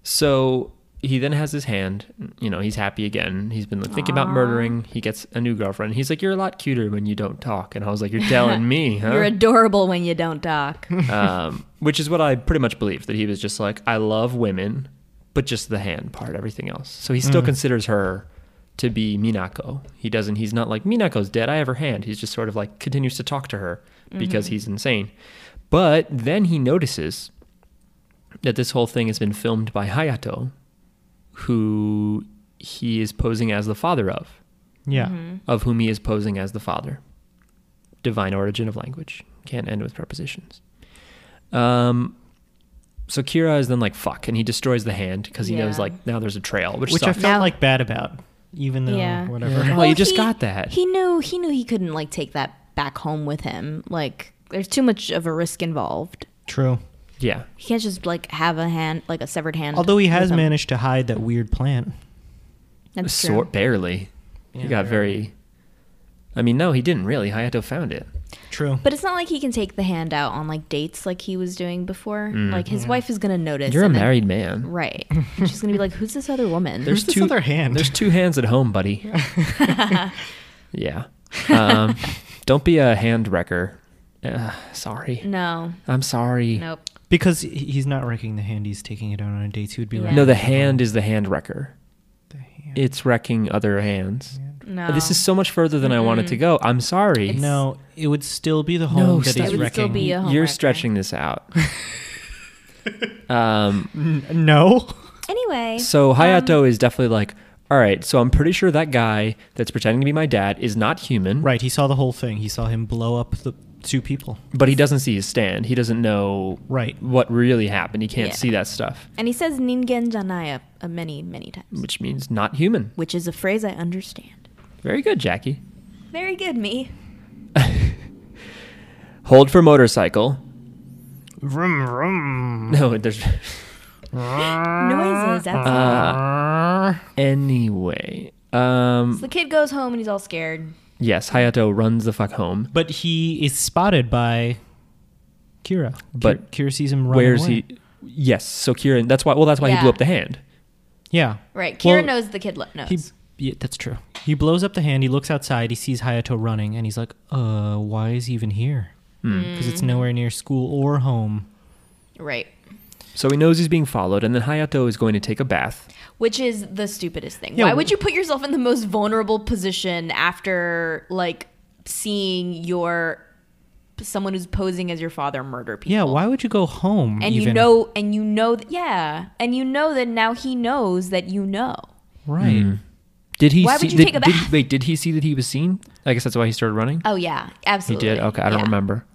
so he then has his hand. You know, he's happy again. He's been like, thinking about murdering. He gets a new girlfriend. He's like, "You're a lot cuter when you don't talk." And I was like, "You're telling me, huh?" you're adorable when you don't talk um, which is what I pretty much believe that he was just like, I love women, but just the hand part, everything else. So he still considers her to be Minako. He doesn't, he's not like, Minako's dead, I have her hand. He's just sort of like continues to talk to her because he's insane. But then he notices that this whole thing has been filmed by Hayato, who he is posing as the father of, Yeah. Mm-hmm. of whom he is posing as the father. Divine origin of language. Can't end with prepositions. Um, so Kira is then like, fuck, and he destroys the hand because he knows, Yeah. like, now there's a trail, which, Which I sucks. felt Now- like bad about, even though Yeah. whatever. Oh, you just got that. he knew he knew he couldn't like take that back home with him like there's too much of a risk involved True. yeah. he can't just like have a hand like a severed hand Although he has with him. managed to hide that weird plant. that's true. Sort barely. he got very. I mean, no, he didn't really. Hayato found it. True. But it's not like he can take the hand out on like dates like he was doing before. like his wife is gonna notice. Mm-hmm. You're a and then- married man. right? She's gonna be like, "Who's this other woman?" There's Where's this two other hand? There's two hands at home, buddy. yeah. Um, don't be a hand wrecker. Uh, sorry. no, I'm sorry. nope. Because he- he's not wrecking the hand, he's taking it out on a date. He would be like, No, the hand is the hand wrecker. the hand. It's wrecking other hands. No, This is so much further than I wanted to go. I'm sorry. No, it would still be the home that stop. It he's would wrecking. still be a home You're wrecker. stretching this out. um, no. Anyway, um, so Hayato is definitely like, all right, so I'm pretty sure that guy that's pretending to be my dad is not human, Right, he saw the whole thing. He saw him blow up the two people. but he doesn't see his stand. He doesn't know Right. what really happened. He can't Yeah. see that stuff, and he says "ningen janai" a, a many, many times, which means not human. which is a phrase I understand. Very good, Jackie. Very good, me. Mm. Hold for motorcycle. No, there's noises. Uh, That's Anyway, um, the kid goes home and he's all scared. yes, Hayato runs the fuck home. But he is spotted by Kira. But Kira sees him running. Where's he? Yes, so Kieran. That's why. Well, that's why he Yeah. blew up the hand. Yeah. Right. Kira Well, knows the kid lo- knows. He, yeah, that's true. He blows up the hand. He looks outside. He sees Hayato running, and he's like, "Uh, why is he even here? Hmm. Hmm. Because it's nowhere near school or home." right. So he knows he's being followed, and then Hayato is going to take a bath. Which is the stupidest thing. Yeah, Why w- would you put yourself in the most vulnerable position after like seeing your someone who's posing as your father murder people? Yeah. Why would you go home? and you even? know and you know that yeah and you know that now he knows that you know right? Hmm. Did he? Why would see, you did, take a did- bath? wait, did he see that he was seen? I guess that's why he started running. oh yeah he absolutely did. Okay, I don't Yeah. remember.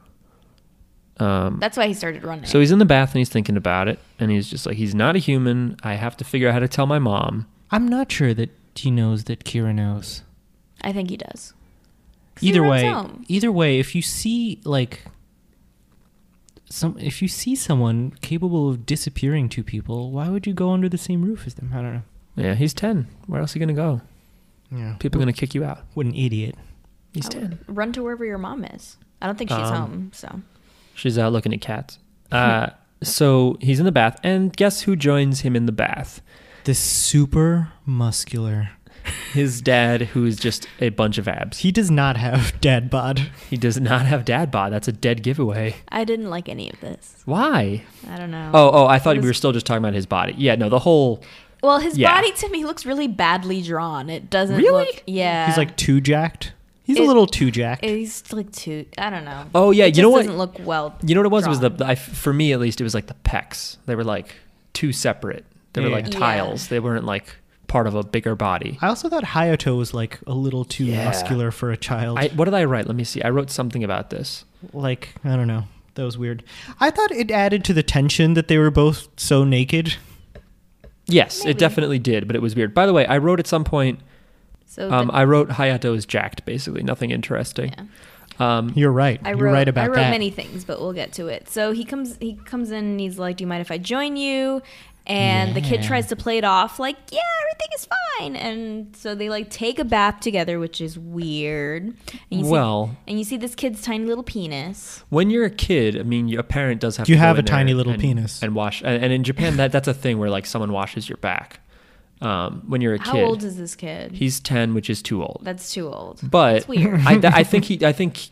Um, that's why he started running So he's in the bath and he's thinking about it, and he's just like, he's not a human. I have to figure out how to tell my mom. I'm not sure that he knows that Kira knows. i think he does 'Cause he Either runs way, home. either way, if you see like some, if you see someone capable of disappearing two people, why would you go under the same roof as them? I don't know. Yeah, he's ten. Where else are you gonna go? Yeah. People are gonna kick you out. What an idiot. He's I ten. would run to wherever your mom is i don't think she's Um, home so She's out looking at cats. Uh, so he's in the bath, and guess who joins him in the bath? The super muscular. His dad, who is just a bunch of abs. He does not have dad bod. He does not have dad bod. That's a dead giveaway. i didn't like any of this Why? i don't know Oh, oh, I thought we were still just talking about his body. Yeah, no, the whole. well his yeah. body to me looks really badly drawn it doesn't Really? look yeah He's like too jacked. He's a It- little too jacked. he's like too i don't know Oh yeah, it you know just what? doesn't look well You know what it was? It was the, drawn. the I, for me at least, it was like the pecs. They were like two separate. They were Yeah. like Yeah. tiles. They weren't like part of a bigger body. I also thought Hayato was like a little too Yeah. muscular for a child. I, what did I write? Let me see. I wrote something about this. like, I don't know. That was weird. I thought it added to the tension that they were both so naked. Yes, it Maybe. definitely did, but it was weird. By the way, I wrote at some point. so Um, the- I wrote Hayato is jacked. Basically, nothing interesting. Um, You're right. I You're wrote, right about I wrote that. many things, but we'll get to it. So he comes he comes in and he's like, Do you mind if I join you? And the kid Yeah. tries to play it off like, Yeah, everything is fine. And so they like take a bath together, which is weird. And you Well- see, and you see this kid's tiny little penis. when you're a kid, I mean, your- a parent does have You to go have in a tiny there little and- penis. and wash. And, and in Japan, that that's a thing where like someone washes your back. Um, when you're a How kid, old is this kid? he's ten, which is too old. That's too old. But That's weird. I, th- I think he, I think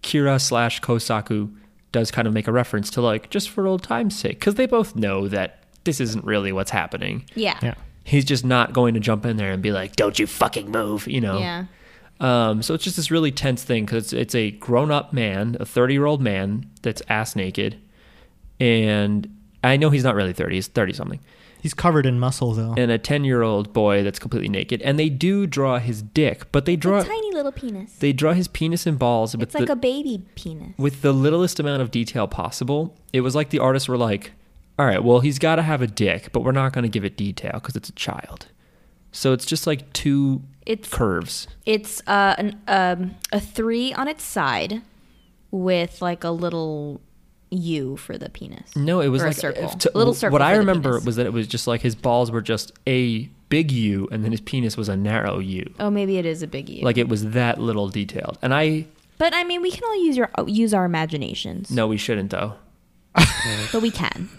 Kira slash Kosaku does kind of make a reference to like just for old time's sake because they both know that this isn't really what's happening. yeah. Yeah. Yeah. He's just not going to jump in there and be like, "Don't you fucking move," you know. Um, so it's just this really tense thing because it's a grown-up man, a thirty-year-old man that's ass naked, and I know he's not really thirty; he's thirty something He's covered in muscle though. and a 10 year old boy that's completely naked. And they do draw his dick, but they draw tiny little penis. They draw his penis and balls with It's like the, a baby penis. with the littlest amount of detail possible. It was like the artists were like, all right, well, he's got to have a dick, but we're not going to give it detail because it's a child. So it's just like two It's- curves. It's uh, an, um, a three on its side with like a little U for the penis. No, it was Or a like circle. if to- A little circle What I for the remember penis. was that it was just like his balls were just a big U, and then his penis was a narrow U. Oh, maybe it is a big U. Like it was that little detailed. And I but I mean, we can all use your use our imaginations. no, we shouldn't though. but we can.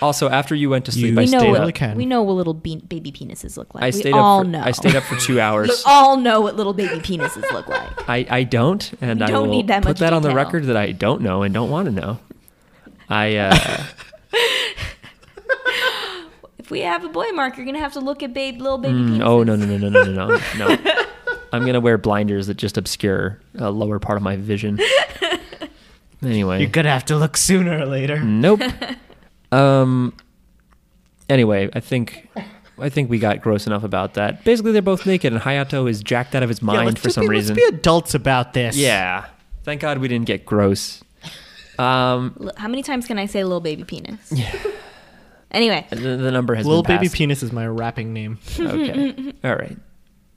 Also, after you went to sleep, You- I we know stayed what up. Really can. we know what little be- baby penises look like. I we stayed all up. For, know. I stayed up for two we hours. all know what little baby penises look like. I, I don't, and You I don't will need that put much that on the detail. record that I don't know and don't want to know. I uh, If we have a boy mark, you're gonna have to look at babe little baby mm, penises. oh no no no no no no no no. I'm gonna wear blinders that just obscure a lower part of my vision. Anyway, You're gonna have to look sooner or later. nope. Um. Anyway, I think. I think we got gross enough about that. Basically, they're both naked, and Hayato is jacked out of his mind let's for just some be, reason. Let's be adults about this. Yeah. Thank God we didn't get gross. Um, L- How many times can I say little baby penis? Anyway, the, the number has Little been baby passed. penis is my rapping name. Okay. All right.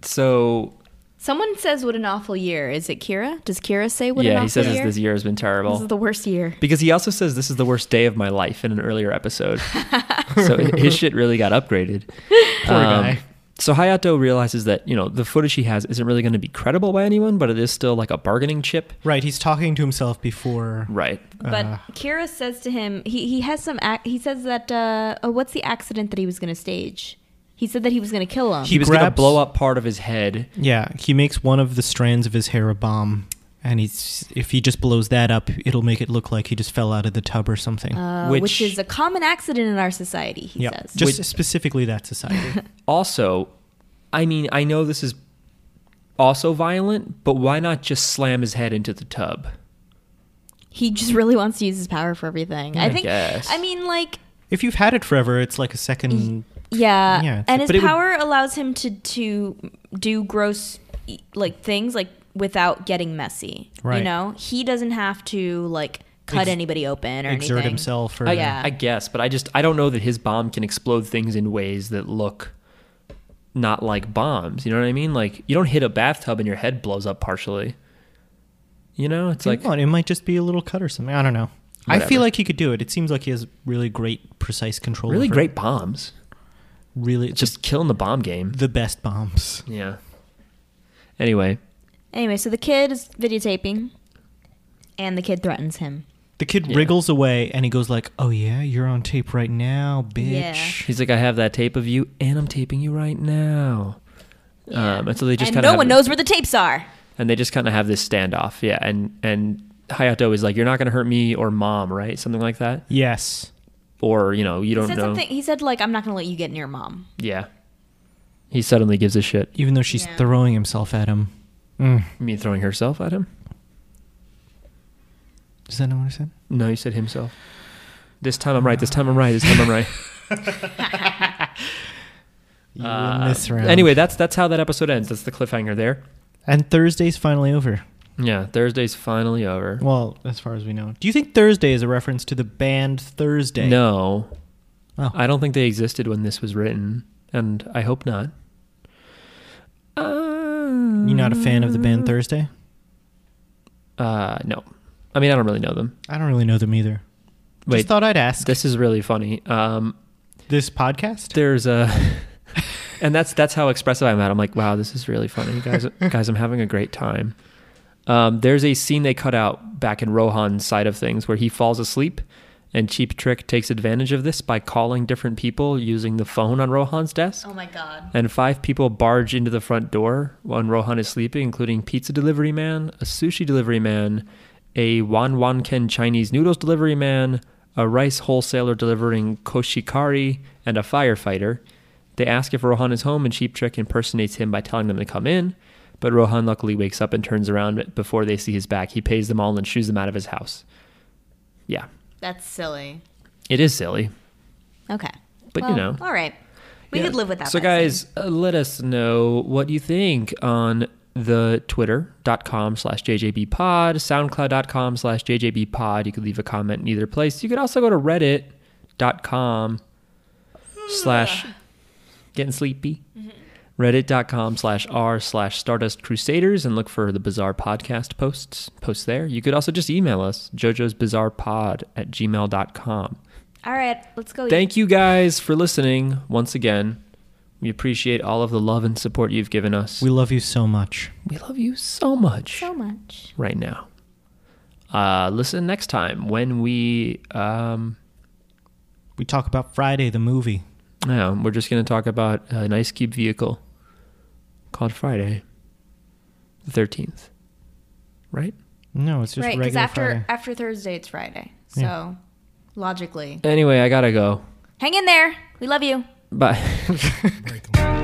So Someone says what an awful year. Is it Kira? Does Kira say what an yeah, awful he says year? this year has been terrible. This is the worst year. Because he also says this is the worst day of my life in an earlier episode. so his shit really got upgraded. Um, Poor guy. So Hayato realizes that, you know, the footage he has isn't really going to be credible by anyone, but it is still like a bargaining chip. Right, he's talking to himself before. Right. But Uh. Kira says to him, he, he has some, ac- he says that, uh, oh, what's the accident that he was going to stage? He said that he was going to kill him. He, was going to grabs- blow up part of his head. Yeah, he makes one of the strands of his hair a bomb, and he's if he just blows that up, it'll make it look like he just fell out of the tub or something. uh, which- which, is a common accident in our society, he yeah, says. just specifically that society. Also, I mean, I know this is also violent, but why not just slam his head into the tub? he just really wants to use his power for everything. I I think, guess. I mean, like, if you've had it forever, it's like a second. Yeah, Yeah, and but it his would- power allows him to to do gross e- like things like without getting messy. Right. You know, he doesn't have to like cut Ex- anybody open or exert anything. himself or I, Oh, Yeah. I guess, but I just I don't know that his bomb can explode things in ways that look not like bombs. You know what I mean? Like you don't hit a bathtub and your head blows up partially. You know, it's like Come on, it might just be a little cut or something. I don't know. I Whatever. feel like he could do it. It seems like he has really great, precise control. really over- great bombs. really It's just just killing the bomb game. the best bombs. Yeah. Anyway, Anyway, so the kid is videotaping, and the kid threatens him. The kid Yeah. wriggles away, and he goes like, "Oh yeah, you're on tape right now, bitch." he's like, I have that tape of you, and I'm taping you right now. Um, and so they just and kind no of one knows where the tapes are. and they just kind of have this standoff. Yeah, and and Hayato is like, you're not gonna hurt me or mom, right? Something like that, Yes. or you know, you He don't said know. something. He said like, "I'm not going to let you get near mom." Yeah. He suddenly gives a shit. Even though she's Yeah. throwing himself at him. Mm. You mean throwing herself at him? Does that know what I said? No, you said himself. This time I'm right. This time I'm right. This time I'm right. You Uh, win this round. Anyway, that's that's how that episode ends. That's the cliffhanger there. and Thursday's finally over. Yeah, Thursday's finally over. Well, as far as we know. Do you think Thursday is a reference to the band Thursday? No, Oh. I don't think they existed when this was written, and I hope not. You're not a fan of the band Thursday? Uh, no, I mean I don't really know them. I don't really know them either. Wait, Just thought I'd ask. This, this is really funny. Um, podcast? there's a and that's that's how expressive i'm at i'm like wow this is really funny guys guys i'm having a great time um, there's a scene they cut out back in rohan's side of things where he falls asleep and cheap trick takes advantage of this by calling different people using the phone on rohan's desk Oh my god! and five people barge into the front door when Rohan is sleeping, including pizza delivery man, a sushi delivery man, a Wan Wan Ken Chinese noodles delivery man, a rice wholesaler delivering koshikari, and a firefighter. They ask if Rohan is home, and Cheap Trick impersonates him by telling them to come in. But Rohan luckily wakes up and turns around before they see his back. He pays them all and shoos them out of his house. Yeah, That's silly. it is silly, Okay, but Well, you know. all right, we Yeah. could live with that. So, guys, uh, let us know what you think on the twitter.com slash jjbpod, soundcloud.com slash jjbpod. You could leave a comment in either place. You could also go to reddit.com slash getting sleepy. Mm-hmm. Reddit.com slash r slash Stardust Crusaders and look for the Bizarre Podcast posts. Posts there. You could also just email us, Jojo's Bizarre Pod at gmail.com. all right, let's go. eat. Thank you guys for listening once again. We appreciate all of the love and support you've given us. We We, love you so much. love you so much so much. right now. Uh, listen next time when we um, We talk about Friday the movie. yeah, we're just going to talk about an ice cube vehicle called Friday, the thirteenth, right? No, it's just right, because regular after Friday. after Thursday it's Friday. So Yeah. logically, Anyway, I gotta go. hang in there. We love you. Bye. Break 'em.